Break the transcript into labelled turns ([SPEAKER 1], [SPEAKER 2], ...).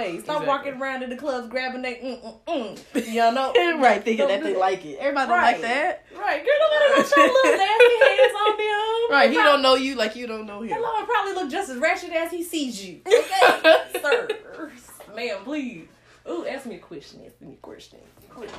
[SPEAKER 1] Hey, stop
[SPEAKER 2] Exactly.
[SPEAKER 1] walking around in the clubs grabbing they mm mm mm. Y'all know
[SPEAKER 3] right, thinking
[SPEAKER 1] Don't
[SPEAKER 3] that
[SPEAKER 1] do
[SPEAKER 3] they like it. Everybody
[SPEAKER 1] Right.
[SPEAKER 3] like that.
[SPEAKER 1] Right, girl, don't let them put your little nasty hands on them.
[SPEAKER 3] Right, he
[SPEAKER 1] Prob-
[SPEAKER 3] don't know you like you don't know him.
[SPEAKER 1] Hello, and probably look just as ratchet as he sees you. Okay, sir, ma'am, please. Ooh, ask me a question. Ask me a question. Quick.